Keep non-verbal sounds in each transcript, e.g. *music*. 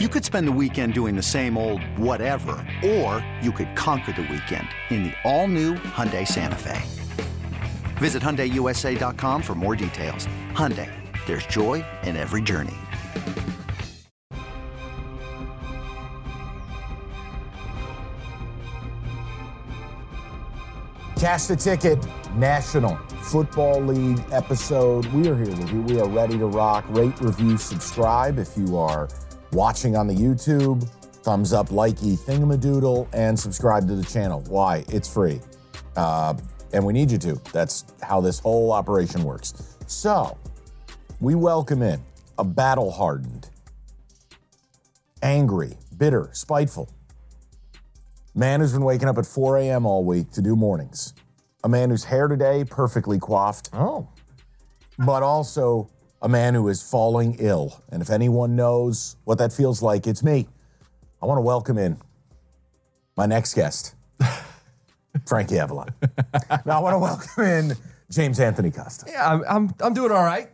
You could spend the weekend doing the same old whatever, or you could conquer the weekend in the all-new Hyundai Santa Fe. Visit HyundaiUSA.com for more details. Hyundai, there's joy in every journey. Cash the ticket, National Football League episode. We are here with you. We are ready to rock. Rate, review, subscribe if you are watching on the YouTube. Thumbs up, likey, thingamadoodle, and subscribe to the channel. Why? It's free. Uh, and we need you to. That's how this whole operation works. So, we welcome in a battle hardened, angry, bitter, spiteful man who's been waking up at 4 a.m. all week to do mornings, a man whose hair today perfectly coiffed, Oh, but also a man who is falling ill. And if anyone knows what that feels like, it's me. I want to welcome in my next *laughs* guest, Frankie Avalon. now I want to welcome in James Anthony Costa. yeah, I'm, I'm, I'm doing all right.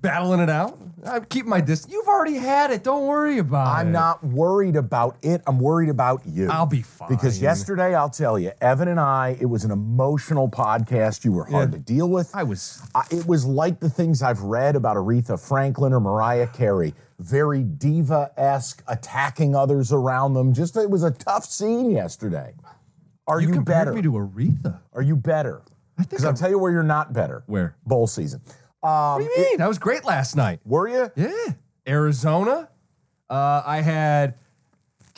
Battling it out. I'm keeping my distance. You've already had it. Don't worry about it. I'm not worried about it. I'm worried about you. I'll be fine. Because yesterday, I'll tell you, Evan and I, it was an emotional podcast. You were hard Yeah. to deal with. I was. I, it was like the things I've read about Aretha Franklin or Mariah Carey. Very diva esque, attacking others around them. Just it was a tough scene yesterday. Are you, you compared better? me to Aretha. Are you better? Because I'll tell you where you're not better. Where? Bowl season. Um, What do you mean? I was great last night. were you? Yeah. Arizona. Uh, I had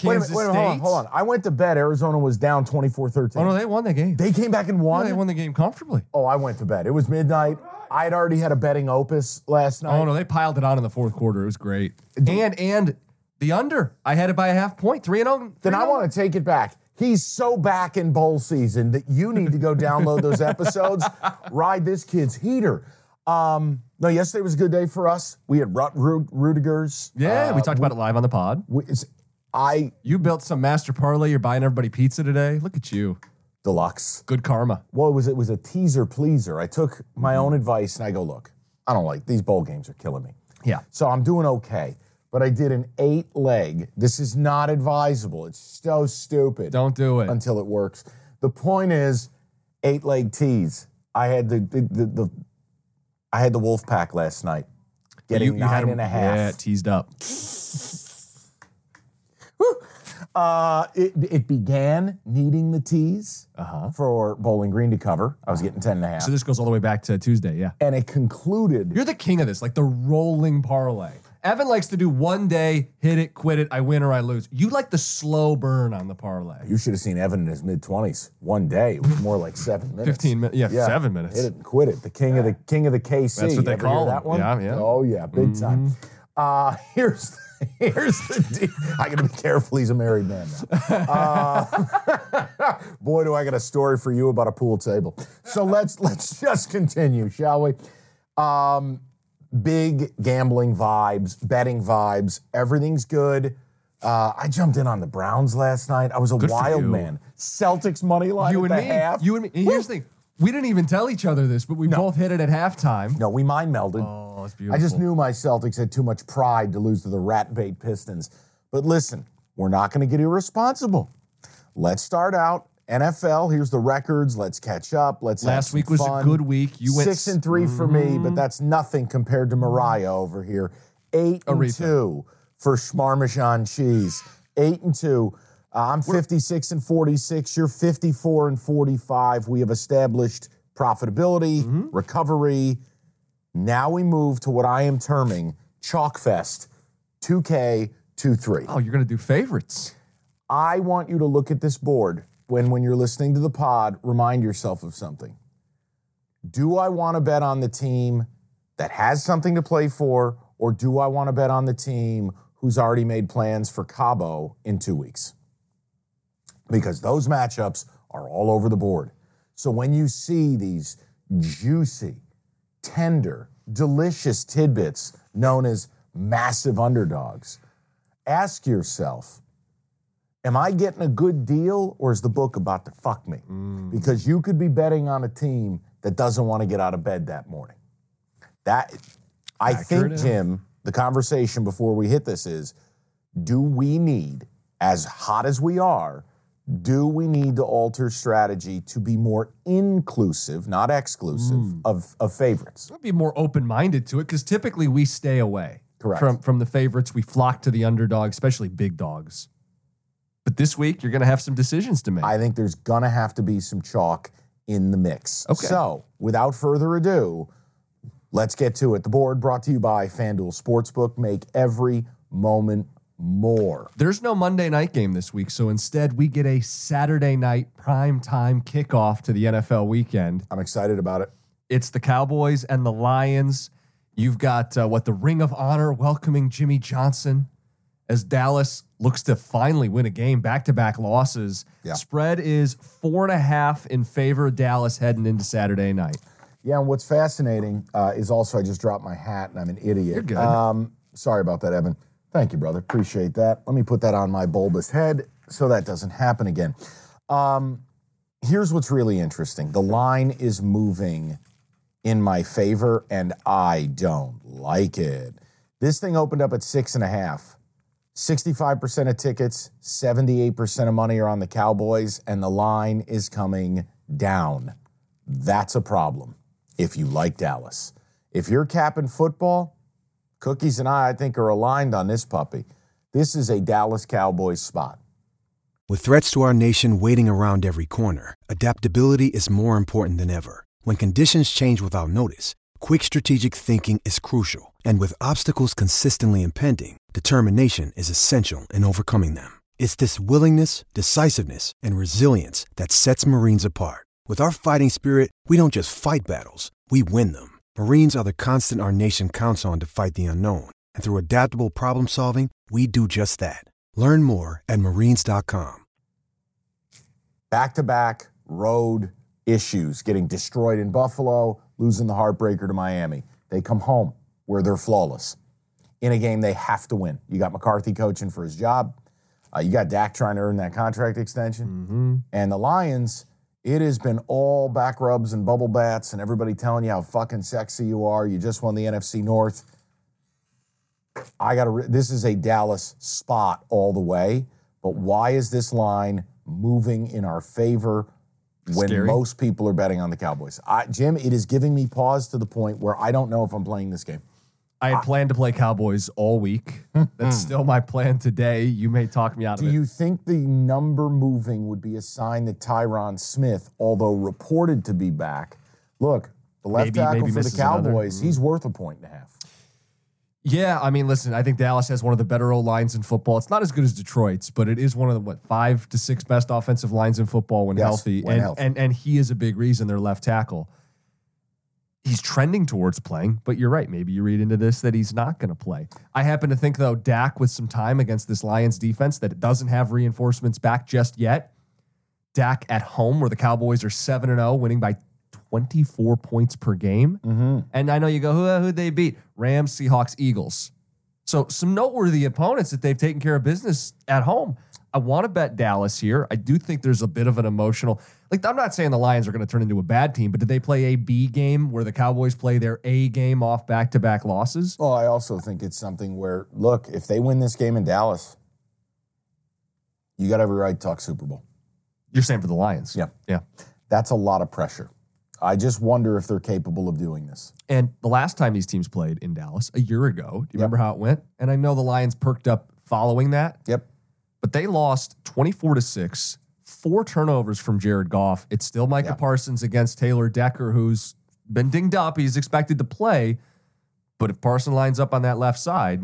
Wait a Kansas minute, wait a minute, State. hold on, hold on. I went to bed. Arizona was down 24 13. Oh, no, they won the game. they came back and No, won. they won the game comfortably. Oh, I went to bed. It was midnight. I had already had a betting opus last night. Oh, no, they piled it on in the fourth quarter. It was great. And, and the under. I had it by a half point. 3 and oh. 0. Then I want to take it back. He's so back in bowl season that you need to go download those episodes. Ride this kid's heater. Um, no, yesterday was a good day for us. We had Rut Ru- Rudiger's. Yeah, Uh, we talked about it live on the pod. we- it's- I You built some master parlay. You're buying everybody pizza today. Look at you. deluxe. Good karma. Well, it was it was a teaser pleaser. I took my own advice and I go, look, I don't like these bowl games are killing me. Yeah. So I'm doing okay. But I did an eight leg. This is not advisable. It's so stupid. Don't do it. until it works. The point is, eight leg tees. I had the the, the, the I had the wolf pack last night, getting nine and a half. Yeah, teased up. Uh, it, it began needing the tees for Bowling Green to cover. I was getting ten and a half, Uh-huh. So this goes all the way back to Tuesday. Yeah. and it concluded. You're the king of this, like the rolling parlay. Evan likes to do one day, hit it, quit it, I win or I lose. You like the slow burn on the parlay. You should have seen Evan in his mid twenties. One day, it was more like seven minutes. 15 minutes. Yeah, seven Hit minutes. it and quit it. The king of the king of the KC. That's what You they ever call hear him. that one. Yeah, Mm-hmm. yeah. Oh yeah, big time. Uh, *laughs* here's here's the. De- I gotta be careful. He's a married man now. Uh, *laughs* boy, do I got a story for you about a pool table. So let's let's just continue, shall we? Um, big gambling vibes, betting vibes. Everything's good. Uh, I jumped in on the Browns last night. I was a for wild you. man. Celtics money line You at and the me. half. You and me. And here's the thing. We didn't even tell each other this, but we both hit it at halftime. No, we mind melded. Oh, it's I beautiful. just knew my Celtics had too much pride to lose to the rat bait Pistons. But listen, we're not going to get irresponsible. Let's start out NFL. Here's the records. Let's catch up. Let's have Last some week was a fun. good week. You went Mm-hmm. six and three for me, but that's nothing compared to Mariah over here. Eight and Aretha. two for Schmarmishon cheese. Eight and two. Uh, I'm 56 and 46. You're 54 and 45. We have established profitability, Mm-hmm. recovery. Now we move to what I am terming Chalk Fest 2K 23. Oh, you're gonna do favorites. I want you to look at this board when when you're listening to the pod, remind yourself of something. Do I want to bet on the team that has something to play for or do I want to bet on the team who's already made plans for Cabo in 2 weeks? Because those matchups are all over the board. So when you see these juicy, tender, delicious tidbits known as massive underdogs, ask yourself, am I getting a good deal or is the book about to fuck me? Because you could be betting on a team that doesn't want to get out of bed that morning. That I Accurate think, enough. Jim, the conversation before we hit this is do we need, as hot as we are, do we need to alter strategy to be more inclusive, not exclusive, of, of favorites? I'd be more open minded to it because typically we stay away Correct. from from the favorites. We flock to the underdog, especially big dogs. But this week you're going to have some decisions to make. I think there's going to have to be some chalk in the mix. Okay. So, without further ado, let's get to it. The board brought to you by FanDuel Sportsbook. Make every moment more. There's no Monday night game this week, so instead we get a Saturday night prime time kickoff to the NFL weekend. I'm excited about it. It's the Cowboys and the Lions. You've got uh, what the Ring of Honor welcoming Jimmy Johnson as Dallas looks to finally win a game back to back losses. Yeah. Spread is four and a half in favor of Dallas heading into Saturday night. Yeah, and what's fascinating uh, is also I just dropped my hat and I'm an idiot. You're good. Um, sorry about that, Evan. Thank you, brother. Appreciate that. Let me put that on my bulbous head so that doesn't happen again. Um, here's what's really interesting the line is moving in my favor, and I don't like it. This thing opened up at six and a half. 65% of tickets, 78% of money are on the Cowboys, and the line is coming down. That's a problem if you like Dallas. If you're capping football, Cookies and I, I think, are aligned on this puppy. This is a Dallas Cowboys spot. With threats to our nation waiting around every corner, adaptability is more important than ever. When conditions change without notice, quick strategic thinking is crucial, and with obstacles consistently impending, determination is essential in overcoming them. It's this willingness, decisiveness, and resilience that sets Marines apart. With our fighting spirit, we don't just fight battles, we win them. Marines are the constant our nation counts on to fight the unknown, and through adaptable problem solving, we do just that. Learn more at marines.com. Back to back road issues, getting destroyed in Buffalo, losing the heartbreaker to Miami. They come home where they're flawless. In a game they have to win. You got McCarthy coaching for his job. Uh, you got Dak trying to earn that contract extension. And the Lions, it has been all back rubs and bubble bats and everybody telling you how fucking sexy you are. You just won the NFC North. I got to. This is a Dallas spot all the way. But why is this line moving in our favor when Scary. most people are betting on the Cowboys? I, Jim, it is giving me pause to the point where I don't know if I'm playing this game. I had planned to play Cowboys all week. That's still my plan today. You may talk me out of Do it. you think the number moving would be a sign that Tyron Smith, although reported to be back, look, the left Maybe- tackle maybe for the misses another. Mm-hmm. Cowboys, he's worth a point and a half. Yeah, I mean, listen, I think Dallas has one of the better O lines in football. It's not as good as Detroit's, but it is one of the what five to six best offensive lines in football when Yes, healthy. when and, healthy. and and he is a big reason their left tackle. He's trending towards playing, but you're right. Maybe you read into this that he's not going to play. I happen to think though, Dak with some time against this Lions defense that it doesn't have reinforcements back just yet. Dak at home, where the Cowboys are seven and zero, winning by 24 points per game. And I know you go, who who they beat? Rams, Seahawks, Eagles. So some noteworthy opponents that they've taken care of business at home. I want to bet Dallas here. I do think there's a bit of an emotional. Like I'm not saying the Lions are going to turn into a bad team, but did they play a B game where the Cowboys play their A game off back-to-back losses? Well, Oh, I also think it's something where, look, if they win this game in Dallas, you got every right to talk Super Bowl. You're saying for the Lions. Yeah. Yeah. That's a lot of pressure. I just wonder if they're capable of doing this. And the last time these teams played in Dallas, a year ago, do you remember how it went? And I know the Lions perked up following that, Yep. but they lost 24 to 6, four turnovers from Jared Goff. It's still Micah Yeah. Parsons against Taylor Decker, who's been dinged up. He's expected to play. But if Parson lines up on that left side,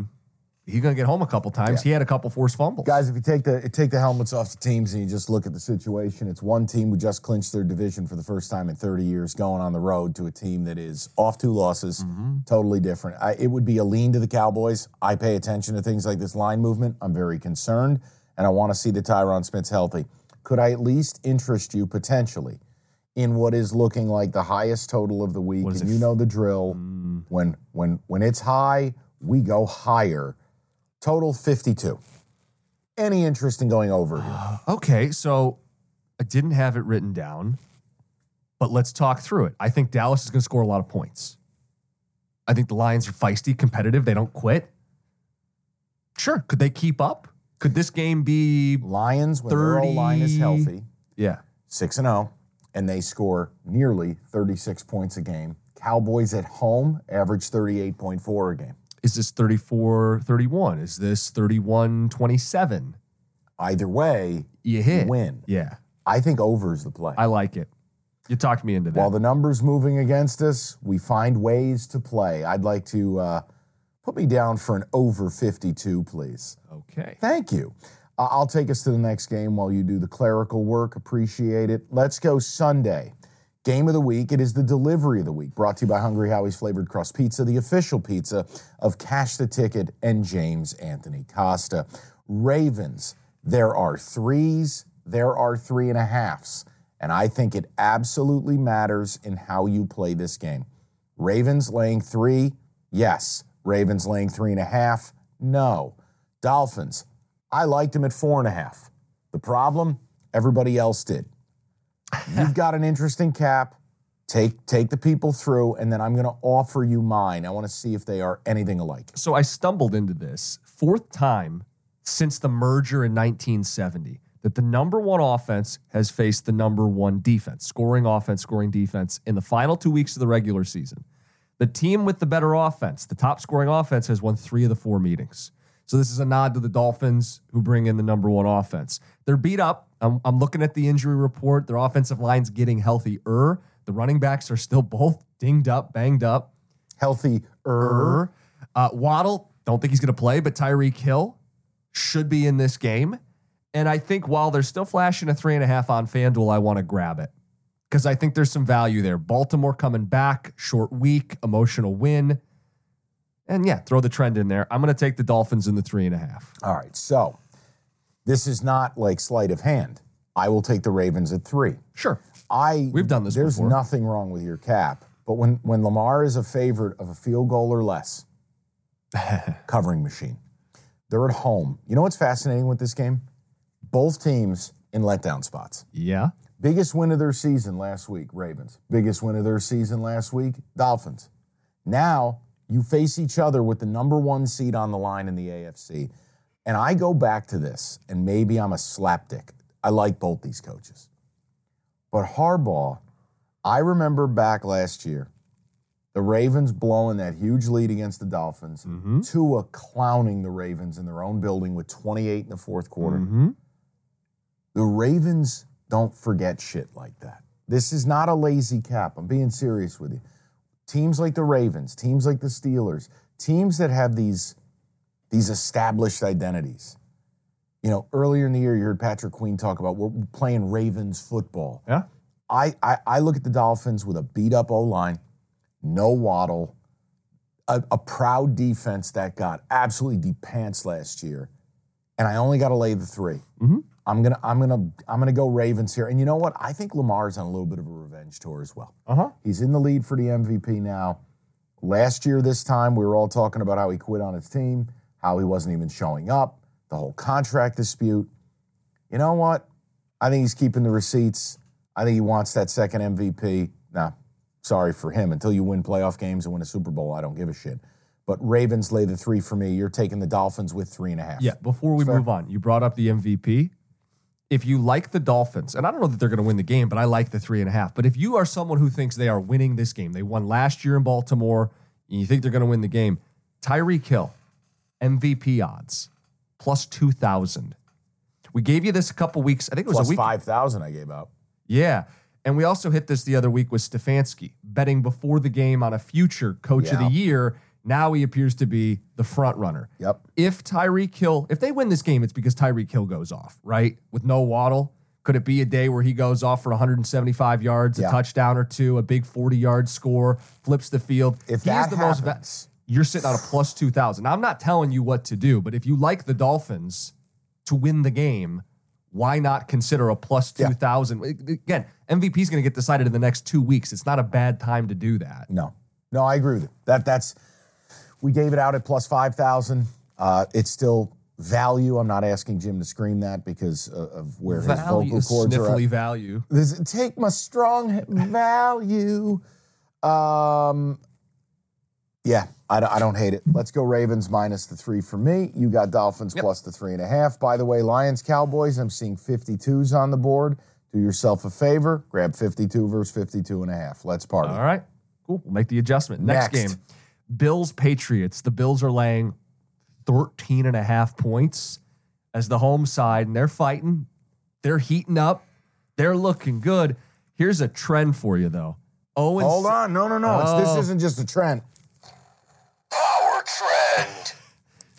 he's going to get home a couple times. He had a couple forced fumbles. Guys, if you take the take the helmets off the teams and you just look at the situation, it's one team who just clinched their division for the first time in 30 years, going on the road to a team that is off two losses, totally different. I, it would be a lean to the Cowboys. I pay attention to things like this line movement. I'm very concerned, and I want to see the Tyron Smith's healthy. Could I at least interest you potentially in what is looking like the highest total of the week? is And it? Mm. you know the drill. When when when it's high, we go higher. Total 52 any interest in going over *sighs* here. Okay, so I didn't have it written down, but let's talk through it. I think Dallas is going to score a lot of points. I think the Lions are feisty, competitive. They don't quit. Sure. Could they keep up? Could this game be? Lions, when their O line is 30 healthy, Yeah. 6 and 0, and they score nearly 36 points a game. Cowboys at home average 38.4 a game. Is this 34 31? Is this 31 27? Either way, You hit. win. Yeah. I think over is the play. I like it. You talked me into that. While the numbers moving against us, we find ways to play. I'd like to uh, put me down for an over 52, please. okay. Thank you. Uh, I'll take us to the next game while you do the clerical work. Appreciate it. Let's go Sunday. Game of the week. It is the delivery of the week, brought to you by Hungry Howie's Flavored Crust Pizza, the official pizza of Cash the Ticket and James Anthony Costa. Ravens, there are threes, there are three and a halfs. And I think it absolutely matters in how you play this game. Ravens laying three, yes. Ravens laying three and a half, no. Dolphins, I liked them at four and a half. The problem, everybody else did. You've got an interesting cap. Take take the people through, and then I'm going to offer you mine. I want to see if they are anything alike. So I stumbled into this fourth time since the merger in 1970 that the number one offense has faced the number one defense, scoring offense, scoring defense in the final two weeks of the regular season. The team with the better offense, the top scoring offense, has won three of the four meetings. So this is a nod to the Dolphins who bring in the number one offense. They're beat up. I'm, I'm looking at the injury report. Their offensive line's getting healthier. The running backs are still both dinged up, banged up. Healthy er. Burr. Uh, Waddle, don't think he's going to play, but Tyreek Hill should be in this game. And I think while they're still flashing a three and a half on FanDuel, I want to grab it because I think there's some value there. Baltimore coming back, short week, emotional win. And yeah, throw the trend in there. I'm going to take the Dolphins in the three and a half. All right, so this is not like sleight of hand. I will take the Ravens at three. Sure. I We've done this There's before. nothing wrong with your cap, but when when Lamar is a favorite of a field goal or *laughs* less, covering machine. They're at home. You know what's fascinating with this game? Both teams in letdown spots. Yeah. Biggest win of their season last week, Ravens. Biggest win of their season last week, Dolphins. Now you face each other with the number one seed on the line in the AFC. And I go back to this, and maybe I'm a slapdick. I like both these coaches. But Harbaugh, I remember back last year, the Ravens blowing that huge lead against the Dolphins, Tua clowning the Ravens in their own building with 28 in the fourth quarter. Mm-hmm. The Ravens don't forget shit like that. This is not a lazy cap. I'm being serious with you. Teams like the Ravens, teams like the Steelers, teams that have these these established identities. You know, earlier in the year, you heard Patrick Queen talk about we're playing Ravens football. Yeah. I, I, I look at the Dolphins with a beat up O line, no waddle, a, a proud defense that got absolutely de pants last year, and I only got to lay the 3 Mhm. I'm gonna I'm gonna I'm gonna go Ravens here, and you know what? I think Lamar's on a little bit of a revenge tour as well. Uh huh. He's in the lead for the MVP now. Last year, this time, we were all talking about how he quit on his team, how he wasn't even showing up, the whole contract dispute. You know what? I think he's keeping the receipts. I think he wants that second MVP. Nah, sorry for him. Until you win playoff games and win a Super Bowl, I don't give a shit. But Ravens lay the three for me. You're taking the Dolphins with three and a half. Yeah, before we move on, you brought up the MVP. If you like the Dolphins, and I don't know that they're going to win the game, but I like the three and a half. But if you are someone who thinks they are winning this game, they won last year in Baltimore, and you think they're going to win the game, Tyreek Hill, MVP odds, plus 2,000. We gave you this a couple weeks, I think it was Plus a week. 5,000 I gave out. Yeah. And we also hit this the other week with Stefanski, betting before the game on a future coach of Yeah. the year. Now he appears to be the front runner Yep. if Tyreek Hill, if they win this game, it's because Tyreek Hill goes off, right? With no waddle. Could it be a day where he goes off for 175 yards, Yeah. a touchdown or two, a big 40 yard score, flips the field? If he that is the most. va- happens- You're sitting on a plus 2,000. Now, I'm not telling you what to do, but if you like the Dolphins to win the game, why not consider a plus Yeah. 2,000? Again, MVP is going to get decided in the next two weeks. It's not a bad time to do that. No, no, I agree with you. That that's we gave it out at plus five thousand. Uh, it's still value. I'm not asking Jim to scream that because of, of where his Value, vocal cords are. sniffly At. value. This is- take my strong value. Um, Yeah, I, don't- I don't hate it. Let's go Ravens minus the three for me. You got Dolphins plus the three and a half. By the way, Lions Cowboys, I'm seeing 52s on the board. Do yourself a favor, grab 52 versus 52 and a half. Let's party. All right. Cool. We'll make the adjustment. Next, Next. game Bills Patriots. The Bills are laying 13 and a half points as the home side, and they're fighting. They're heating up. They're looking good. Here's a trend for you, though. Oh, and Hold s- on. No, no, no. It's, this Oh. isn't just a trend.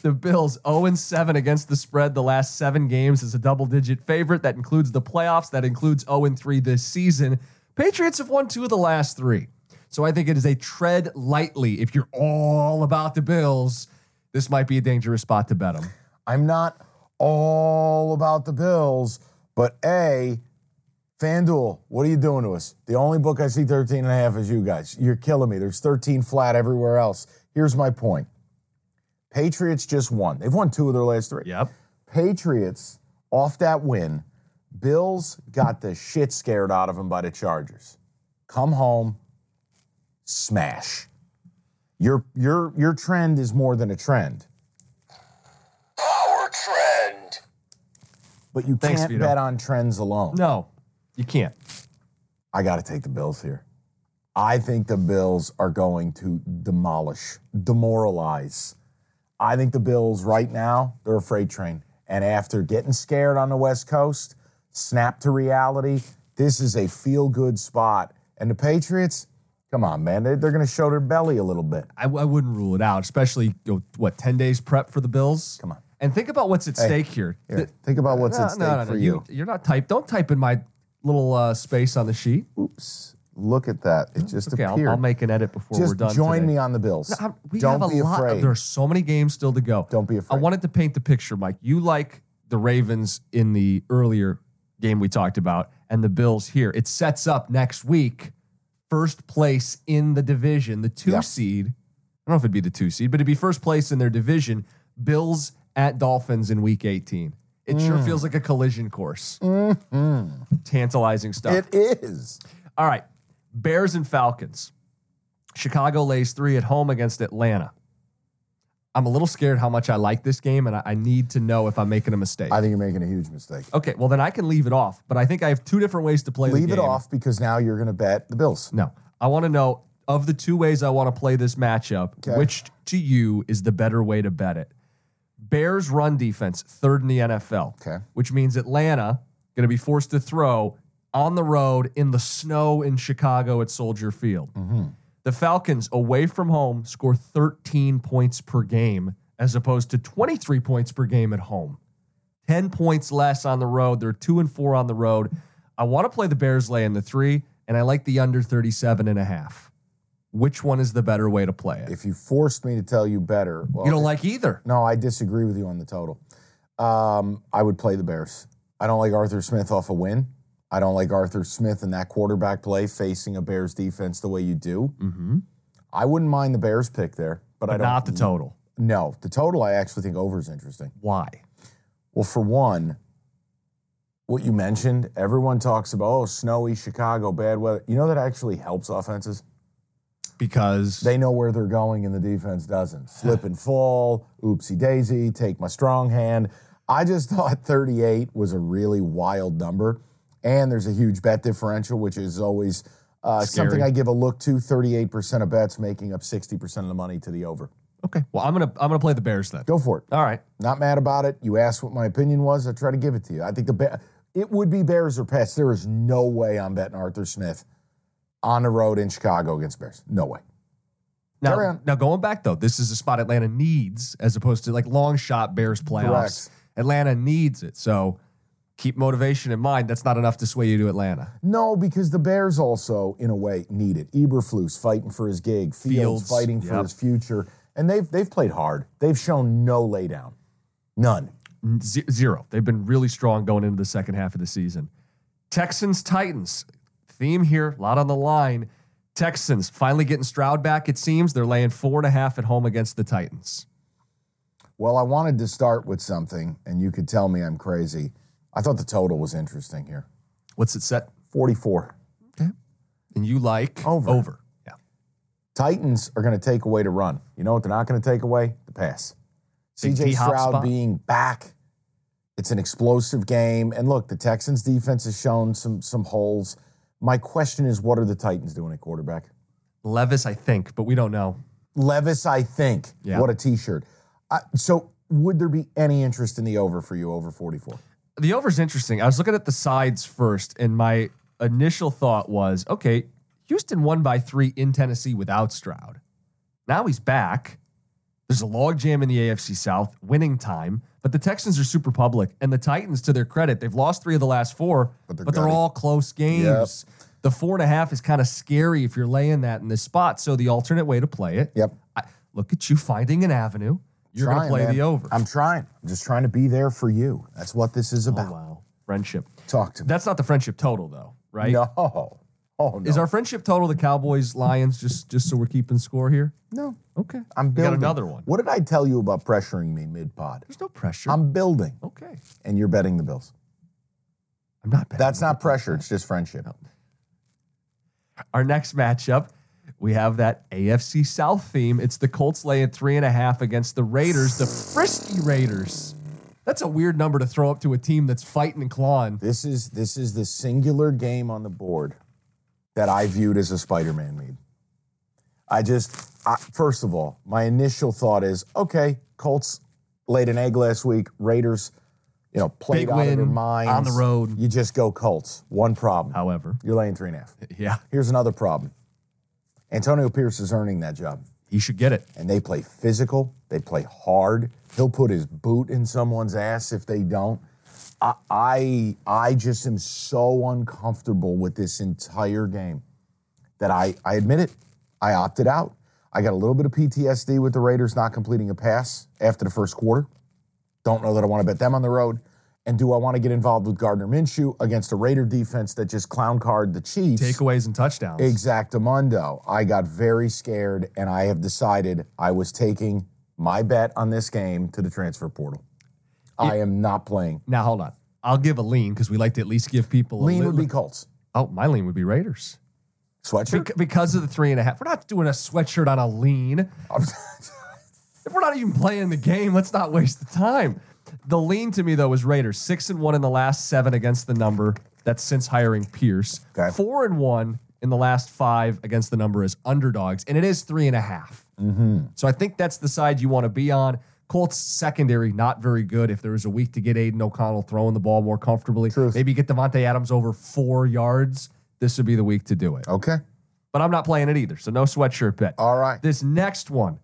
The Bills 0 and 7 against the spread the last seven games is a double digit favorite. That includes the playoffs. That includes 0 and 3 this season. Patriots have won two of the last three. So I think it is a tread lightly. If you're all about the Bills, this might be a dangerous spot to bet them. I'm not all about the Bills, but A, FanDuel, what are you doing to us? The only book I see 13 and a half is you guys. You're killing me. There's 13 flat everywhere else. Here's my point Patriots just won. They've won two of their last three. Yep. Patriots off that win, Bills got the shit scared out of them by the Chargers. Come home, smash. Your your your trend is more than a trend. Our trend. But you Thanks, can't Vito. bet on trends alone. No, you can't. I got to take the Bills here. I think the Bills are going to demolish, demoralize. I think the Bills right now, they're a freight train. And after getting scared on the West Coast, snap to reality. This is a feel good spot. And the Patriots, come on, man, they- they're going to show their belly a little bit. I, I wouldn't rule it out, especially you know, what, 10 days prep for the Bills? Come on. And think about what's at stake here. Here, Th- think about what's no, at stake no, no, for no. you. You're not type. Don't type in my little uh, space on the sheet. Oops, look at that. It just Okay, I'll, appeared. I'll make an edit before just we're done. join today. me on the Bills. I- we Don't have a be lot. afraid. There are so many games still to go. Don't be I afraid. wanted to paint the picture, Mike. You like the Ravens in the earlier game we talked about, and the Bills here. It sets up next week, first place in the division, the two Yeah. seed. I don't know if it'd be the two seed, but it'd be first place in their division. Bills at Dolphins in Week 18. It sure Mm. feels like a collision course. Tantalizing stuff. Mm-hmm. it is. All right. Bears and Falcons. Chicago lays three at home against Atlanta. I'm a little scared how much I like this game, and I, I need to know if I'm making a mistake. I think you're making a huge mistake. okay, well, then I can leave it off, but I think I have two different ways to play the Leave it game. off because now you're going to bet the Bills. No. I want to know of the two ways I want to play this matchup, Okay. which to you is the better way to bet it? Bears run defense, third in the NFL. Okay. Which means Atlanta going to be forced to throw on the road in the snow in Chicago at Soldier Field. Mm-hmm. The Falcons away from home score 13 points per game as opposed to 23 points per game at home. 10 points less on the road. They're 2 and 4 on the road. I want to play the Bears lay in the 3 and I like the under 37 and a half. Which one is the better way to play it? If you forced me to tell you better, well, you don't like either. No, I disagree with you on the total. Um, I would play the Bears. I don't like Arthur Smith off a win. I don't like Arthur Smith and that quarterback play facing a Bears defense the way you do. Mhm. I wouldn't mind the Bears pick there, but, I But don't. not the total. no, the total I actually think over is interesting. Why? Well, for one, what you mentioned, everyone talks about oh snowy Chicago, bad weather. You know that actually helps offenses. Because They know where they're going and the defense doesn't. Slip and fall, oopsie daisy, take my strong hand. I just *laughs* thought 38 was a really wild number. And there's a huge bet differential, which is always uh, Scary. something I give a look to 38% of bets, making up 60% of the money to the over. Okay. Well, I'm going to I'm going to play the Bears then. Go for it. All right. Not mad about it. You asked what my opinion was. I try to give it to you. I think the ba- it would be Bears or Pets. There is no way I'm betting Arthur Smith on the road in Chicago against Bears. No way. Carry Now, on. now going back though, this is a spot Atlanta needs as opposed to like long shot Bears playoffs. Correct. Atlanta needs it. So keep motivation in mind. That's not enough to sway you to Atlanta. No, because the Bears also, in a way, need it. Eberflus fighting for his gig, Fields, Fields, fighting for yep. his future, and they've they've played hard. They've shown no laydown, none. Ze- Zero. They've been really strong going into the second half of the season. Texans Titans. Theme here, a lot on the line. Texans finally getting Stroud back, it seems. They're laying four and a half at home against the Titans. Well, I wanted to start with something, and you could tell me I'm crazy. I thought the total was interesting here, What's it set? forty four. And you like Over. Over. Yeah. Titans are going to take away the run. You know what they're not going to take away? The pass. Big CJ D-hop Stroud spot. being back. It's an explosive game. And look, the Texans defense has shown some some holes. My question is what are the Titans doing at quarterback? Levis, I think, but we don't know. Levis, I think. Yeah. What a t-shirt. Uh, so would there be any interest in the over for you over 44? The over's interesting. I was looking at the sides first, and my initial thought was, okay, Houston won by three in Tennessee without Stroud. Now he's back. There's a logjam in the AFC South, winning time, but the Texans are super public. And the Titans, to their credit, they've lost three of the last four, but they're they're, gutty. all close games. The four and a half is kind of scary if you're laying that in this spot. So the alternate way to play it, Yep. I, look at you finding an avenue. You're going to Trying, play man. the over. I'm trying. I'm just trying to be there for you. That's what this is oh, about. wow. Friendship. Talk to me. That's not the friendship total, though, right? No. Oh no. Is our friendship total the Cowboys Lions just just so we're keeping score here? no? Okay, I'm We got building another one. What did I tell you about pressuring me mid pod? There's no pressure. I'm building, okay, and you're betting the Bills. I'm not bad. That's not pressure. It's just friendship. our next matchup. We have that AFC South theme. It's the Colts lay at three and a half against the Raiders, the Frisky Raiders. That's a weird number to throw up to a team that's fighting and clawing. This is this is the singular game on the board that I viewed as a Spider-Man lead. I just I, first of all, my initial thought is okay. Colts laid an egg last week. Raiders, you know, played Big out of their win, minds on the road. You just go Colts. One problem. However, You're laying three and a half. yeah, Here's another problem. Antonio Pierce is earning that job, he should get it. and they play physical. They play hard. He'll put his boot in someone's ass if they don't. I, I, I just am so uncomfortable with this entire game that I, I admit it. I opted out. I got a little bit of PTSD with the Raiders not completing a pass after the first quarter. Don't know that I want to bet them on the road. And do I want to get involved with Gardner Minshew against a Raider defense that just clown card the Chiefs? Takeaways and touchdowns. Exactamundo. I got very scared, and I have decided I was taking my bet on this game to the transfer portal. I am not playing. Now hold on, I'll give a lean because we like to at least give people a Lean little. would be Colts. oh, my lean would be Raiders. Sweatshirt? Bec- because of the three and a half. We're not doing a sweatshirt on a lean. If *laughs* we're not even playing the game, let's not waste the time. The lean to me though is Raiders six and one in the last seven against the number. That's since hiring Pierce. Okay. Four and one in the last five against the number as underdogs, and it is three and a half. So I think that's the side you want to be on. Colts secondary not very good. If there was a week to get Aiden O'Connell throwing the ball more comfortably, maybe get Devontae Adams over four yards. This would be the week to do it Okay. but I'm not playing it either. So no sweatshirt bet. All right. This next one,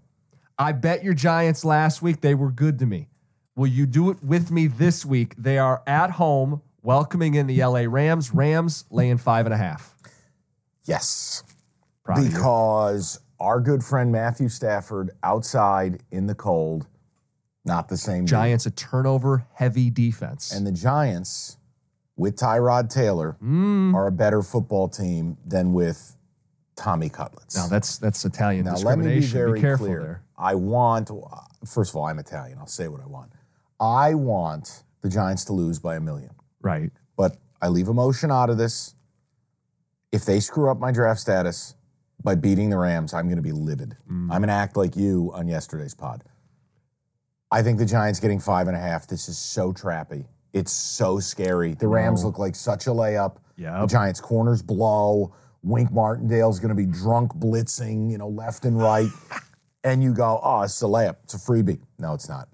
I bet your Giants last week. They were good to me. Will you do it with me this week? They are at home welcoming in the LA Rams. Rams laying five and a half. Yes. Proud of you. Because our good friend Matthew Stafford outside in the cold, not the same dude. Giants a turnover heavy defense. And the Giants, with Tyrod Taylor, Mm. are a better football team than with Tommy Cutlets. now that's that's Italian Now, let me be discrimination. very careful clear. there. I want, first of all, I'm Italian. I'll say what I want. I want the Giants to lose by a million, Right. but I leave emotion out of this. If they screw up my draft status by beating the Rams, I'm going to be livid. Mm. I'm going to act like you on yesterday's pod. I think the Giants getting five and a half. This is so trappy. It's so scary. The Rams look like such a layup. Yep. The Giants corners blow. Wink Martindale's going to be drunk blitzing, you know, left and *laughs* right. and you go, oh, it's a layup. It's a freebie. No, it's not.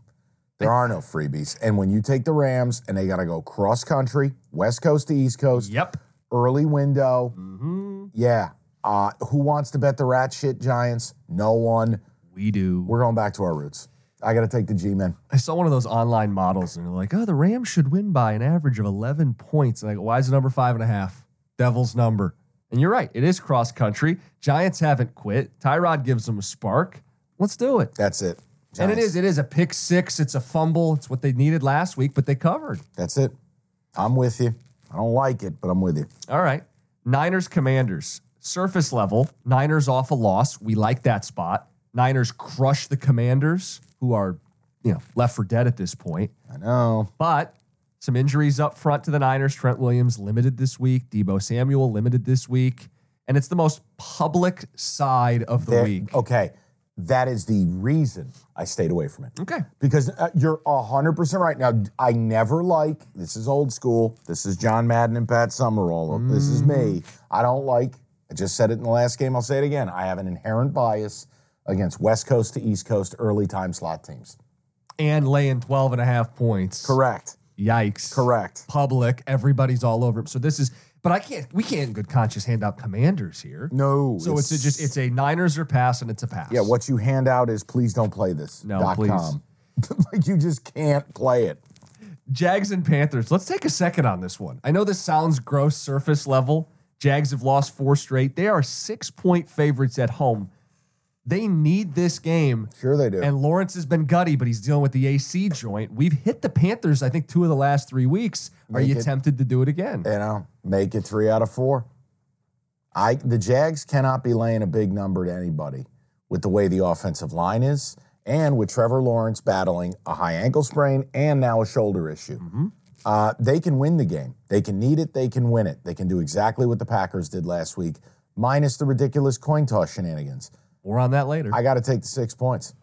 There are no freebies. And when you take the Rams and they got to go cross country, West Coast to East Coast, Yep. Mm-hmm. early window. Yeah. Uh, who wants to bet the rat shit Giants? No one. We do. We're going back to our roots. I got to take the G men. I saw one of those online models and they're like, oh, the Rams should win by an average of 11 points. And I go, why is the number five and a half? Devil's number. And you're right. It is cross country. Giants haven't quit. Tyrod gives them a spark. Let's do it. That's it. And it Giants. is. It is a pick six. It's a fumble. It's what they needed last week, but they covered. That's it. I'm with you. I don't like it, but I'm with you. All right. Niners Commanders. Surface level. Niners off a loss. We like that spot. Niners crush the Commanders, who are, you know, left for dead at this point. I know. But some injuries up front to the Niners. Trent Williams limited this week. Debo Samuel limited this week. and it's the most public side of the There- week. Okay. That is the reason I stayed away from it. Okay. Because uh, you're 100% right. Now, I never like, this is old school. This is John Madden and Pat Summerall. This is me. Mm. I don't like, I just said it in the last game. I'll say it again. I have an inherent bias against West Coast to East Coast early time slot teams. And laying 12 and a half points. Correct. Yikes. Correct. Public. Everybody's all over him. So this is, but I can't, we can't in good conscience hand out commanders here. No. So it's, a just, it's a Niners or pass and it's a pass. Yeah, what you hand out is please don't play this. No, dot please. com. *laughs* like you just can't play it. Jags and Panthers. Let's take a second on this one. I know this sounds gross surface level. Jags have lost four straight. They are six point favorites at home. They need this game. Sure they do. And Lawrence has been gutty, but he's dealing with the AC joint. We've hit the Panthers, I think, two of the last three weeks. Are Make you it- tempted to do it again? You know, make it three out of four. I the Jags cannot be laying a big number to anybody with the way the offensive line is, and with Trevor Lawrence battling a high ankle sprain and now a shoulder issue. Uh, they can win the game. They can need it. They can win it. They can do exactly what the Packers did last week, minus the ridiculous coin toss shenanigans. We're on that later. I got to take the six points.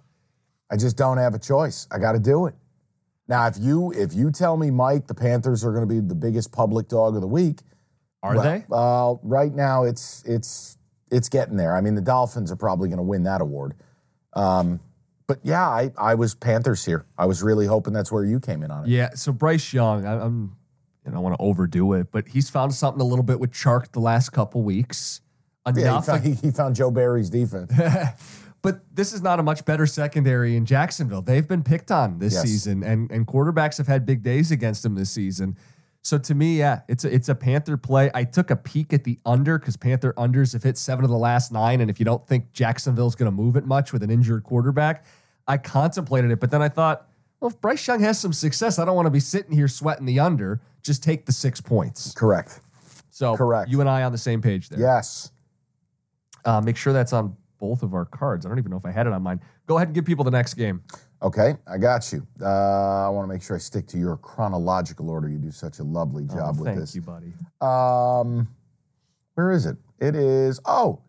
I just don't have a choice. I got to do it. Now, if you if you tell me, Mike, the Panthers are going to be the biggest public dog of the week, Are they? well, uh, right now it's it's it's getting there. I mean, the Dolphins are probably going to win that award. Um, but yeah, I I was Panthers here. I was really hoping that's where you came in on it. Yeah. So Bryce Young, I, I'm, I don't want to overdo it, but he's found something a little bit with Chark the last couple weeks. Yeah, he Enough. found, *laughs* he, he found Joe Barry's *laughs* defense. But this is not a much better secondary in Jacksonville. They've been picked on this Yes. season, and and quarterbacks have had big days against them this season. So to me, yeah, it's a, it's a Panther play. I took a peek at the under because Panther unders have hit seven of the last nine, and if you don't think Jacksonville's going to move it much with an injured quarterback, I contemplated it, but then I thought, well, if Bryce Young has some success, I don't want to be sitting here sweating the under. Just take the six points. Correct. So Correct. You and I on the same page there. Yes. Uh, make sure that's on both of our cards. I don't even know if I had it on mine. Go ahead and give people the next game. Okay, I got you. Uh, I want to make sure I stick to your chronological order. You do such a lovely job with Oh, thank this. you, buddy. Um, where is it? It is oh,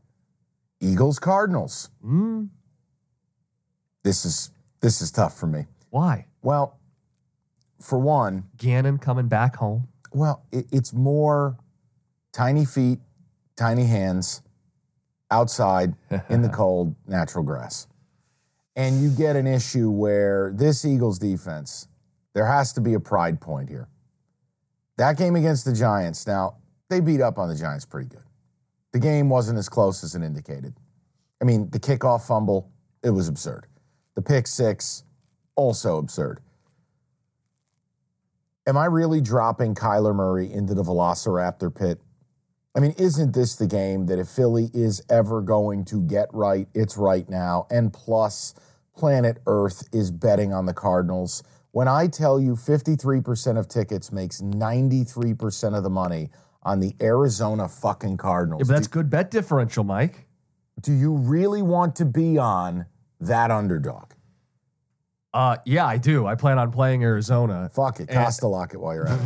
Eagles Cardinals. Mm, This is this is tough for me. why? Well, for one, Gannon coming back home. well, it, it's more tiny feet, tiny hands, outside *laughs* in *laughs* the cold, natural grass, and you get an issue where this Eagles defense. There has to be a pride point here. That game against the Giants. Now they beat up on the Giants pretty good. The game wasn't as close as it indicated. I mean, the kickoff fumble, it was absurd. The pick six, also absurd. Am I really dropping Kyler Murray into the Velociraptor pit? I mean, isn't this the game that if Philly is ever going to get right, it's right now? And plus, planet Earth is betting on the Cardinals. When I tell you 53% of tickets makes 93% of the money on the Arizona fucking Cardinals. Yeah, but that's good bet differential, Mike. Do you really want to be on that underdog? Uh, yeah, I do. I plan on playing Arizona. Fuck it. And- Costa lock it while you're at it.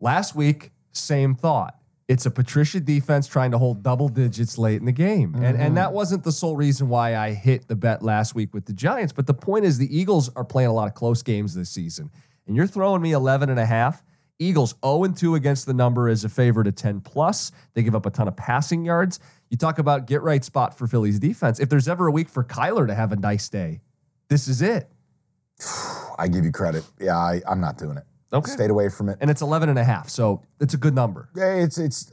Last week, same thought. It's a Patricia defense trying to hold double digits late in the game. And, and that wasn't the sole reason why I hit the bet last week with the Giants. But the point is, the Eagles are playing a lot of close games this season. And you're throwing me 11 and a half. Eagles 0 and 2 against the number is a favorite at 10 plus. They give up a ton of passing yards. You talk about get right spot for Philly's defense. If there's ever a week for Kyler to have a nice day, this is it. I give you credit. Yeah, I, I'm not doing it. Okay. Stayed away from it. And it's 11 and a half. So it's a good number. Yeah, it's it's.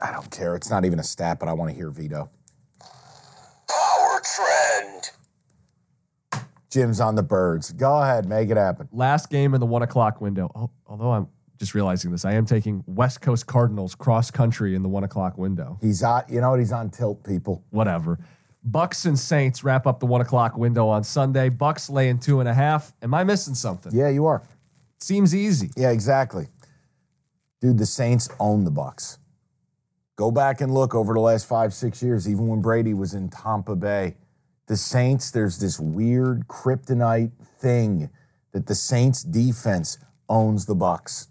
I don't care. It's not even a stat, but I want to hear veto. Power trend. Jim's on the birds. Go ahead, make it happen. last game in the one o'clock window. Oh, although I'm just realizing this, I am taking West Coast Cardinals cross country in the one o'clock window. He's on. You know what? He's on tilt, people. Whatever. Bucks and Saints wrap up the one o'clock window on Sunday. Bucks laying two and a half. Am I missing something? Yeah, you are. Seems easy. Yeah, exactly. Dude, the Saints own the Bucks. Go back and look over the last five, six years, even when Brady was in Tampa Bay. The Saints, there's this weird kryptonite thing that the Saints defense owns the Bucks.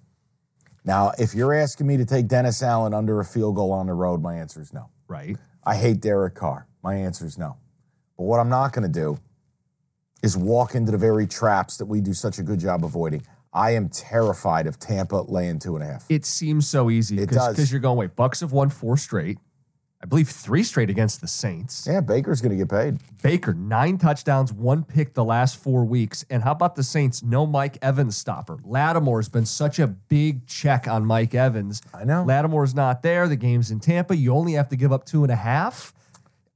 Now, if you're asking me to take Dennis Allen under a field goal on the road, my answer is no. Right. I hate Derek Carr. My answer is no. But what I'm not going to do is walk into the very traps that we do such a good job avoiding. I am terrified of Tampa laying two and a half. It seems so easy. It does. Because you're going, wait, Bucks have won four straight. I believe three straight against the Saints. Yeah, Baker's going to get paid. Baker, nine touchdowns, one pick the last four weeks. And how about the Saints? No Mike Evans stopper. Lattimore has been such a big check on Mike Evans. I know. Lattimore's not there. The game's in Tampa. You only have to give up two and a half.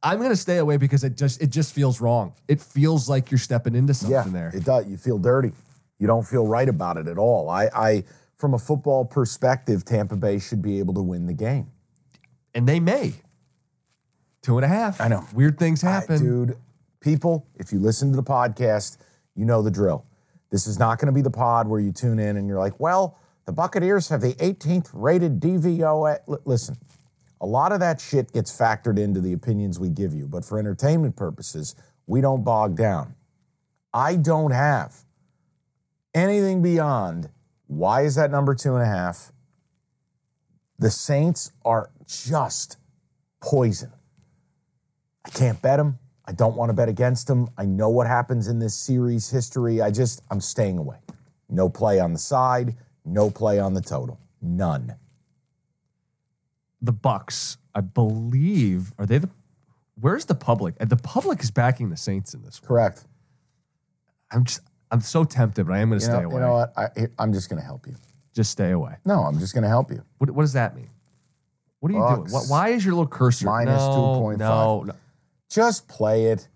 I'm gonna stay away because it just it just feels wrong. It feels like you're stepping into something Yeah, there. it does. You feel dirty. You don't feel right about it at all. I, I, from a football perspective, Tampa Bay should be able to win the game. and they may. Two and a half. I know. Weird things I- happen. dude, people, if you listen to the podcast, you know the drill. This is not going to be the pod where you tune in and you're like, well, the Buccaneers have the 18th rated DVO. At... L- listen, a lot of that shit gets factored into the opinions we give you, but for entertainment purposes, we don't bog down. I don't have anything beyond why is that number two and a half? The Saints are just poison. I can't bet them. I don't want to bet against them. I know what happens in this series history. I just, I'm staying away. No play on the side, no play on the total. None. the Bucks, I believe, are they the? Where's the public? Uh, The public is backing the Saints in this. One. Correct. I'm just, I'm so tempted, but I am going to You stay know, away. you know what? I, I'm just going to help you. Just stay away. No, I'm just going to help you. What, what does that mean? What are you doing? Bucks. What, why is your little cursor Minus no, 2.5. No, no. Just play it.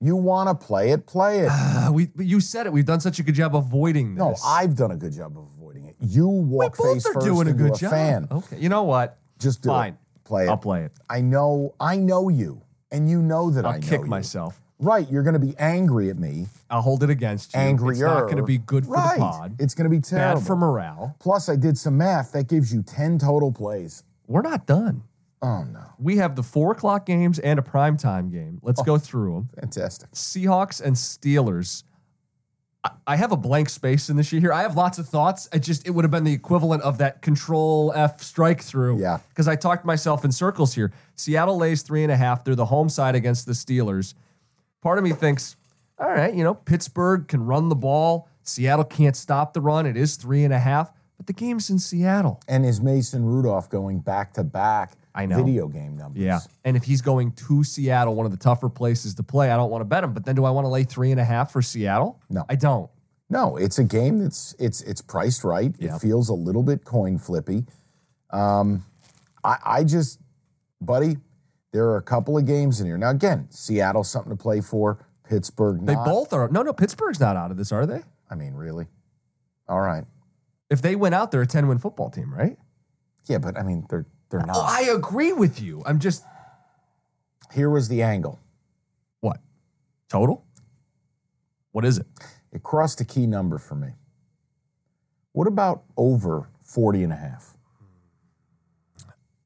You want to play it, *sighs* play it. Uh, *sighs* we, but you said it. We've done such a good job avoiding No, this. I've done a good job of avoiding it. You we walk both face are first doing a into good a job. fan. Okay, you know what? Just do Fine. it. Play it. I'll play it. I know. I know you, and you know that I'll I know kick you. myself. Right, you're going to be angry at me. I'll hold it against you. angrier. It's not going to be good for Right. the pod. It's going to be terrible. bad for morale. Plus, I did some math. That gives you ten total plays. We're not done. Oh no, We have the four o'clock games and a primetime game. Oh. Let's go through them. fantastic! Seahawks and Steelers. I- I have a blank space in this year here. I have lots of thoughts. I just it would have been the equivalent of that control F strike through. Yeah. Because I talked myself in circles here. Seattle lays three and a half. They're the home side against the Steelers. Part of me thinks, all right, you know, Pittsburgh can run the ball. Seattle can't stop the run. It is three and a half, but the game's in Seattle. And is Mason Rudolph going back to back? I know. video game numbers. Yeah. And if he's going to Seattle, one of the tougher places to play, I don't want to bet him. But then do I want to lay three and a half for Seattle? No. I don't. No, it's a game that's it's it's priced right. Yeah. It feels a little bit coin flippy. Um, I I just, buddy, there are a couple of games in here now. Again, Seattle something to play for. Pittsburgh, They not. both are. No, no, Pittsburgh's not out of this, are they? I mean, really? All right. If they win out, they're a 10 win football team, right? Yeah, but I mean, they're they're not. Oh, I agree with you. I'm just, Here was the angle. what? Total? What is it? It crossed a key number for me. What about over 40 and a half?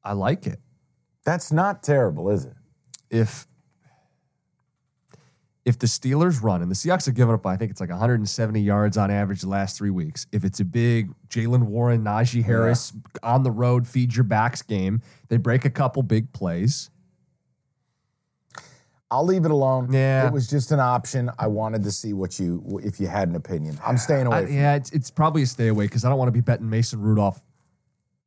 I like it. That's not terrible, is it? If if the Steelers run and the Seahawks have given up, I think it's like 170 yards on average the last three weeks. If it's a big Jalen Warren, Najee Harris on the road, feed your backs game, they break a couple big plays. I'll leave it alone. Yeah. It was just an option. I wanted to see what you if you had an opinion. I'm staying away I- from yeah, it's, it's probably a stay away because I don't want to be betting Mason Rudolph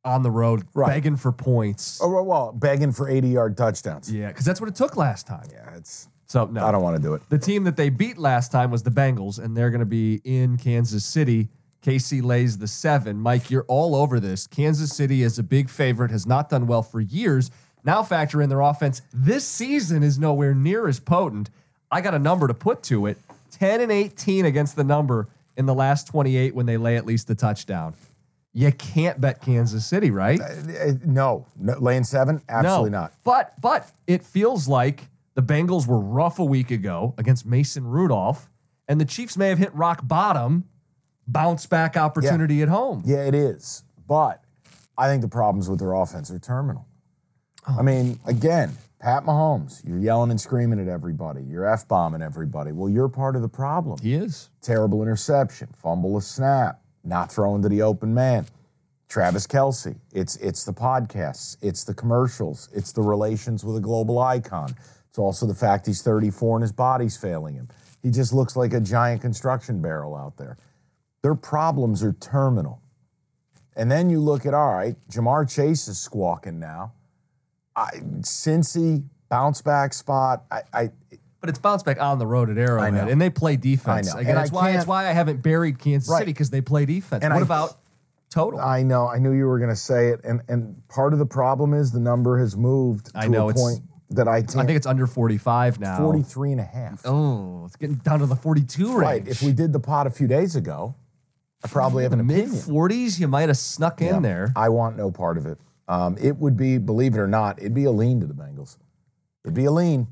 on the road Right. begging for points. Oh, well, well, begging for 80 yard touchdowns. Yeah, because that's what it took last time. Yeah, it's So no, I don't want to do it. the team that they beat last time was the Bengals, and they're going to be in Kansas City. KC lays the seven. Mike, you're all over this. Kansas City is a big favorite, has not done well for years. Now factor in their offense. This season is nowhere near as potent. I got a number to put to it 10 and 18 against the number in the last 28 when they lay at least a touchdown. You can't bet Kansas City, right? Uh, No, no lane 7, absolutely no. not. But but it feels like the Bengals were rough a week ago against Mason Rudolph, and the Chiefs may have hit rock bottom, bounce back opportunity at home. Yeah, it is. But I think the problems with their offense are terminal. I mean, again, Pat Mahomes, you're yelling and screaming at everybody. You're F bombing everybody. Well, you're part of the problem. He is. Terrible interception, fumble a snap, not throwing to the open man. Travis Kelsey. It's it's the podcasts. It's the commercials. It's the relations with a global icon. It's also the fact he's 34 and his body's failing him. He just looks like a giant construction barrel out there. Their problems are terminal. And then you look at all right, Jamar Chase is squawking now. I, Cincy bounce back spot. I, I But it's bounced back on the road at Arrowhead, know. and they play defense. I know. Again, And I that's why it's can't- why I haven't buried Kansas Right. City because they play defense. And what I- about total? I know. I knew you were going to say it, and and part of the problem is the number has moved to I know, a it's- point that I can't. I think it's under 45 now. 43 and a half. Oh, it's getting down to the 42 right. range. If we did the pod a few days ago, I probably have an mid opinion. 40s, you might have snuck in there. I want no part of it. Um, it would be, believe it or not, it'd be a lean to the Bengals. It'd be a lean,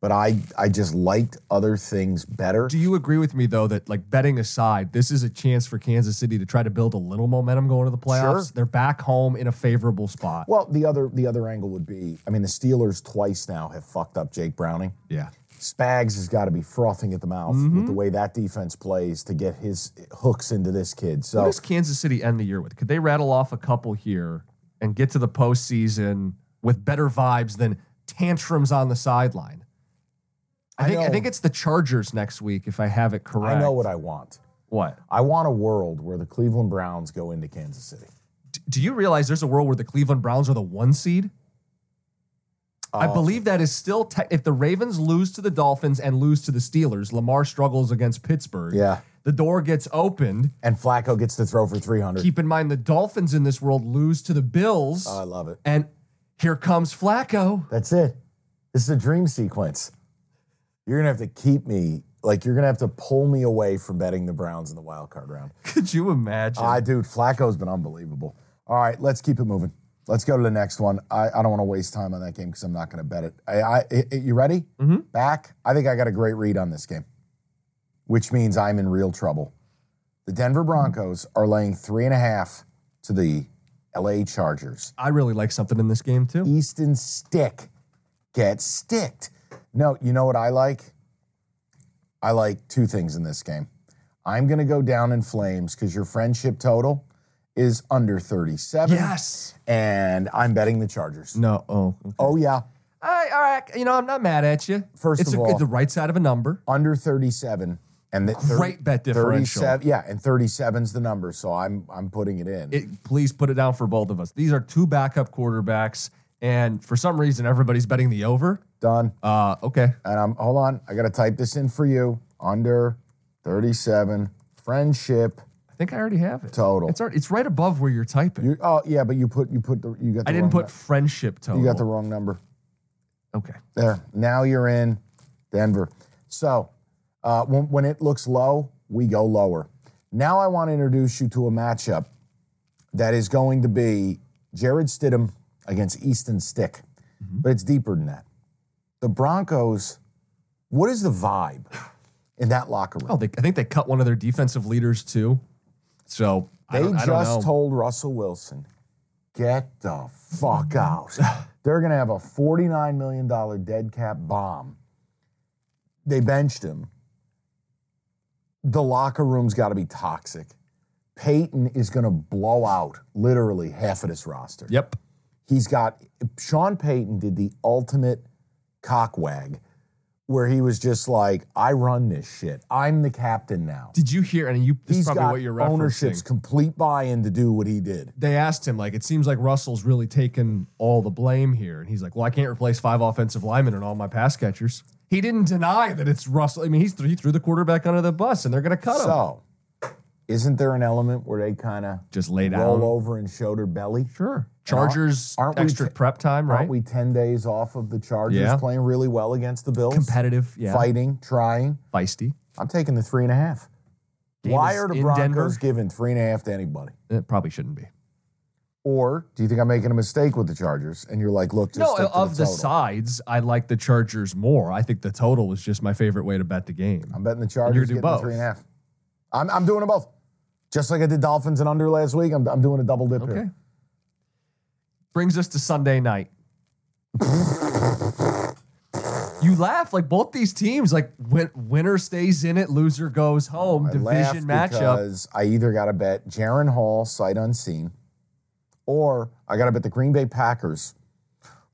but I I just liked other things better. Do you agree with me though that like betting aside, this is a chance for Kansas City to try to build a little momentum going to the playoffs? Sure. They're back home in a favorable spot. well, the other the other angle would be, I mean, the Steelers twice now have fucked up Jake Browning. yeah. Spags has got to be frothing at the mouth with Mm-hmm. the way that defense plays to get his hooks into this kid. What So does Kansas City end the year with? Could they rattle off a couple here and get to the postseason with better vibes than tantrums on the sideline? I, I think I know. think it's the Chargers next week if I have it correct. I know what I want. what. I want a world where the Cleveland Browns go into Kansas City. D- Do you realize there's a world where the Cleveland Browns are the one seed? I Oh. believe that is still te- if the Ravens lose to the Dolphins and lose to the Steelers, Lamar struggles against Pittsburgh. Yeah. The door gets opened. And Flacco gets to throw for 300. Keep in mind the Dolphins in this world lose to the Bills. Oh, I love it. and here comes Flacco. *laughs* That's it. This is a dream sequence. You're going to have to keep me, like, you're going to have to pull me away from betting the Browns in the wild card round. Could you imagine? I, dude, Flacco's been unbelievable. All right, let's keep it moving. Let's go to the next one. I, I don't want to waste time on that game because I'm not going to bet it. I, I, I- you ready? Back. I think I got a great read on this game, which means I'm in real trouble. The Denver Broncos are laying three and a half to the LA Chargers. I really like something in this game too. Easton Stick gets sticked. No, you know what I like? I like two things in this game. I'm going to go down in flames because your friendship total is under 37. Yes. And I'm betting the Chargers. No. Oh. okay. Oh, yeah. All right. All right. You know, I'm not mad at you. First it's of a, all- it's the right side of a number. Under 37. And the Great bet differential. 37, yeah, and 37's the number, so I'm I'm putting it in. It, please put it down for both of us. These are two backup quarterbacks, and for some reason, everybody's betting the over. Done. Uh, okay. and I'm hold on, I got to type this in for you. Under 37 friendship I think I already have it. Total. It's, al- it's right above where you're typing. You, oh yeah, but you put you put the you got. The I didn't wrong put nu- friendship total. you got the wrong number. Okay. There. Now you're in Denver. So uh, when when it looks low, we go lower. Now I want to introduce you to a matchup that is going to be Jared Stidham against Easton Stick, Mm-hmm. but it's deeper than that. The Broncos. What is the vibe in that locker room? Oh, they, I think they cut one of their defensive leaders too. So I They don't, I don't know. just told Russell Wilson, get the fuck out. *laughs* They're going to have a $49 million dead cap bomb. They benched him. The locker room's got to be toxic. Peyton is going to blow out literally half of this roster. Yep. He's got Sean Payton did the ultimate cockwag where he was just like, I run this shit. I'm the captain now. Did you hear? And you. This He's is probably got what you're referencing. ownership's complete buy-in to do what he did. they asked him, like, it seems like Russell's really taken all the blame here. And he's like, well, I can't replace five offensive linemen and all my pass catchers. He didn't deny that it's Russell. I mean, he's he threw the quarterback under the bus and they're going to cut him. So, isn't there an element where they kind of Just laid roll out. over and show their belly? Sure. Chargers aren't we extra t- prep time, right? Aren't we ten days off of the Chargers Yeah. playing really well against the Bills, Competitive, yeah. fighting, trying? Feisty. I'm taking the three and a half. Game Why is are the in Broncos Denver? giving three and a half to anybody? It probably shouldn't be. Or do you think I'm making a mistake with the Chargers? And you're like, look, just No, stick to of the, the total. sides, I like the Chargers more. I think the total is just my favorite way to bet the game. I'm betting the Chargers do getting both. the three and a half. I'm, I'm doing them both. Just like I did Dolphins and under last week, I'm, I'm doing a double dip Okay. here. Brings us to Sunday night. you laugh like both these teams, like win- winner stays in it, loser goes home. I laugh Division matchup. because I either got to bet Jaron Hall sight unseen, Or I got to bet the Green Bay Packers,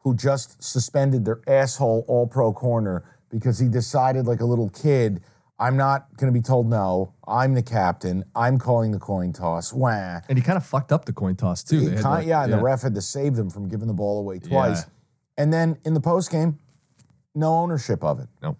who just suspended their asshole all pro corner because he decided, like a little kid, I'm not going to be told no. I'm the captain. I'm calling the coin toss. Wah. And he kind of fucked up the coin toss too. He They had, con- like- yeah, and the ref had to save them from giving the ball away twice. Yeah. And then in the postgame, no ownership of it. No.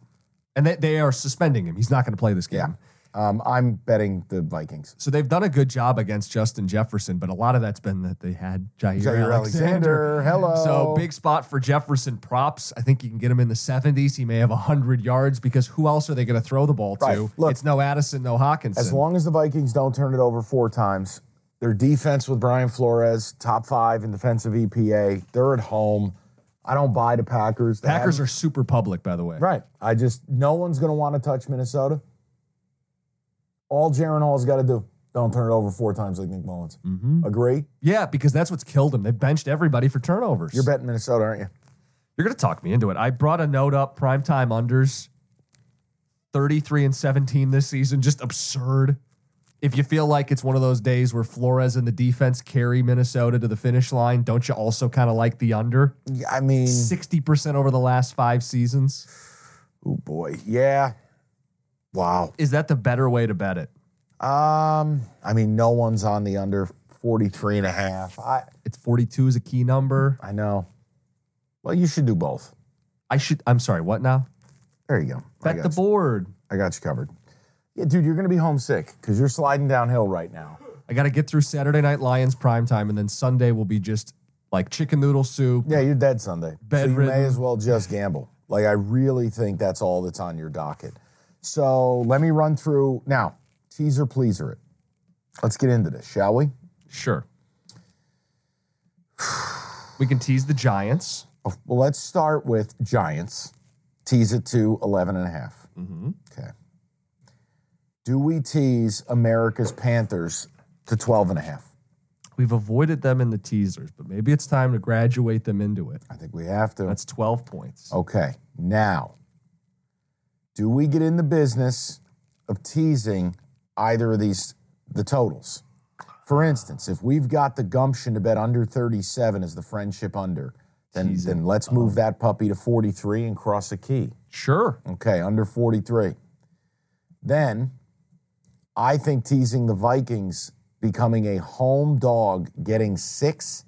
And they, they are suspending him. He's not going to play this game. Um, I'm betting the Vikings. So they've done a good job against Justin Jefferson, but a lot of that's been that they had Jair, Jair Alexander, hello. So big spot for Jefferson props. I think you can get him in the 70s. He may have 100 yards because who else are they going to throw the ball to? Right. Look- it's no Addison, no Hawkinson. As long as the Vikings don't turn it over four times, their defense with Brian Flores, top five in defensive EPA, they're at home. I don't buy the Packers. They Packers haven't- are super public, by the way. right. I just no one's going to want to touch Minnesota. All Jaron Hall's got to do don't turn it over four times like Nick Mullins. Mm-hmm. Agree? Yeah, because that's what's killed him. They benched everybody for turnovers. You're betting Minnesota, aren't you? You're going to talk me into it. I brought a note up primetime unders 33 and 17 this season, just absurd. If you feel like it's one of those days where Flores and the defense carry Minnesota to the finish line, don't you also kind of like the under? Yeah, I mean, 60% over the last 5 seasons. oh boy, yeah. Wow. Is that the better way to bet it? Um, I mean, no one's on the under 43 and a half. I It's 42 is a key number. I know. Well, you should do both. I should I'm sorry, what now? There you go. I Bet got the you. board. I got you covered. Yeah, dude, you're gonna be homesick because you're sliding downhill right now. I got to get through Saturday night Lions primetime and then Sunday will be just like chicken noodle soup. Yeah, you're dead Sunday. So you Bedridden. may as well just gamble. Like I really think that's all that's on your docket. So let me run through now. Teaser pleaser it. Let's get into this, shall we? Sure. *sighs* We can tease the Giants. Well, let's start with Giants. Tease it to 11 and a half. Mm-hmm. Okay. Do we tease America's Panthers to 12 and a half? We've avoided them in the teasers, but maybe it's time to graduate them into it. I think we have to. That's 12 points. okay. Now, do we get in the business of teasing either of these, the totals? For instance, if we've got the gumption to bet under 37 as the friendship under, then, then let's move that puppy to 43 and cross a key. Sure. Okay, under 43. Then I think teasing the Vikings becoming a home dog getting six,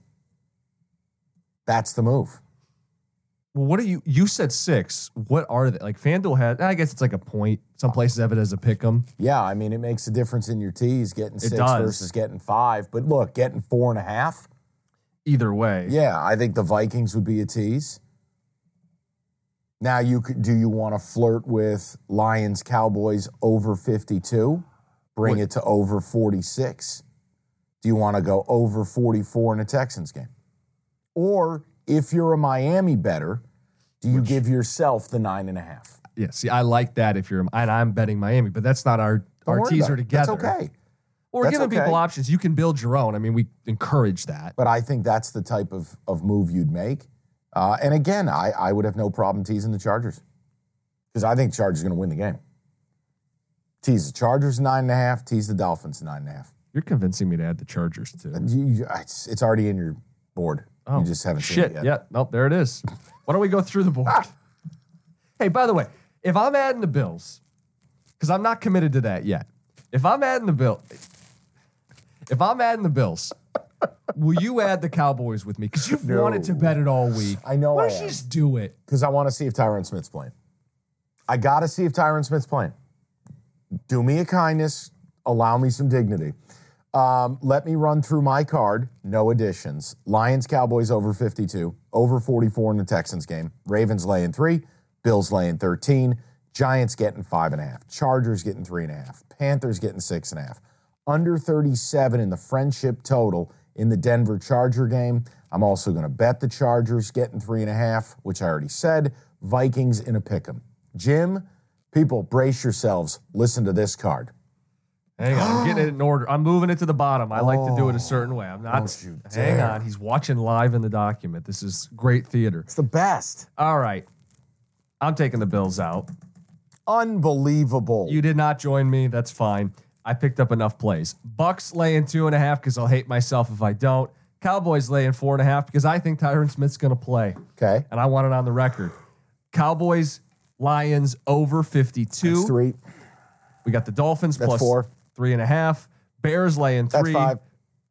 that's the move. Well, what are you? You said six. What are they? Like FanDuel has, I guess it's like a point. Some places have it as a pick 'em. Yeah, I mean, it makes a difference in your teas getting six does. versus getting five. But look, getting four and a half, Either way. yeah, I think the Vikings would be a tease. Now, you could, do you want to flirt with Lions Cowboys over 52? Bring Wait. it to over 46. Do you want to go over 44 in a Texans game? Or if you're a Miami better, do you give yourself the nine and a half? Yeah. See, I like that if you're, and I'm betting Miami, but that's not our, Don't our worry teaser about it. together. That's okay. Or That's giving okay. people options. You can build your own. I mean, we encourage that. But I think that's the type of, of move you'd make. Uh, and again, I, I would have no problem teasing the Chargers because I think Chargers going to win the game. Tease the Chargers nine and a half. Tease the Dolphins nine and a half. You're convincing me to add the Chargers too. Oh, You, you, it's, it's already in your board. you just haven't seen Shit. it yet. Yeah. Nope. There *laughs* it is. Why don't we go through the board? hey, by the way, if I'm adding the Bills, because I'm not committed to that yet. If I'm adding the bill, if I'm adding the Bills, will you add the Cowboys with me? Because you've wanted to bet it all week. I know Why I don't am. you just do it? because I want to see if Tyron Smith's playing. I got to see if Tyron Smith's playing. Do me a kindness, allow me some dignity. Um, let me run through my card, no additions. Lions, Cowboys over 52, over 44 in the Texans game. Ravens laying three, Bills laying 13, Giants getting five and a half, Chargers getting three and a half, Panthers getting six and a half, under 37 in the friendship total in the Denver Charger game. I'm also going to bet the Chargers getting three and a half, which I already said. Vikings in a pick 'em. Jim, people, brace yourselves. Listen to this card. Hang on, I'm getting it in order. I'm moving it to the bottom. I like to do it a certain way. I'm not. don't you hang dare. on, he's watching live in the document. This is great theater. It's the best. All right, I'm taking the Bills out. Unbelievable. You did not join me. That's fine. I picked up enough plays. Bucks laying two and a half because I'll hate myself if I don't. Cowboys laying four and a half because I think Tyron Smith's going to play, Okay. and I want it on the record. Cowboys, Lions over 52. That's three. We got the Dolphins That's plus four. three and a half. Bears laying That's three. five.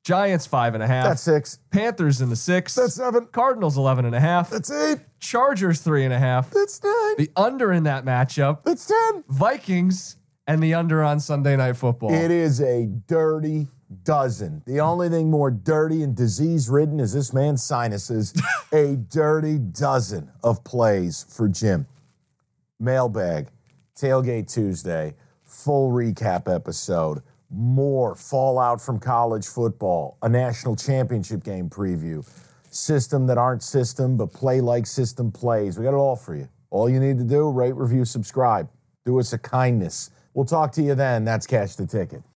Giants five and a half. That's six. Panthers in the six. That's seven. Cardinals eleven and a half. That's eight. Chargers three and a half. That's nine. The under in that matchup. That's ten. Vikings and the under on Sunday Night Football. It is a dirty dozen. The only thing more dirty and disease ridden is this man's sinuses. a dirty dozen of plays for Jim. Mailbag, Tailgate Tuesday, full recap episode, more fallout from college football, a national championship game preview, system that aren't system but play like system plays. We got it all for you. All you need to do, rate, review, subscribe. Do us a kindness. We'll talk to you then. That's Cash the Ticket.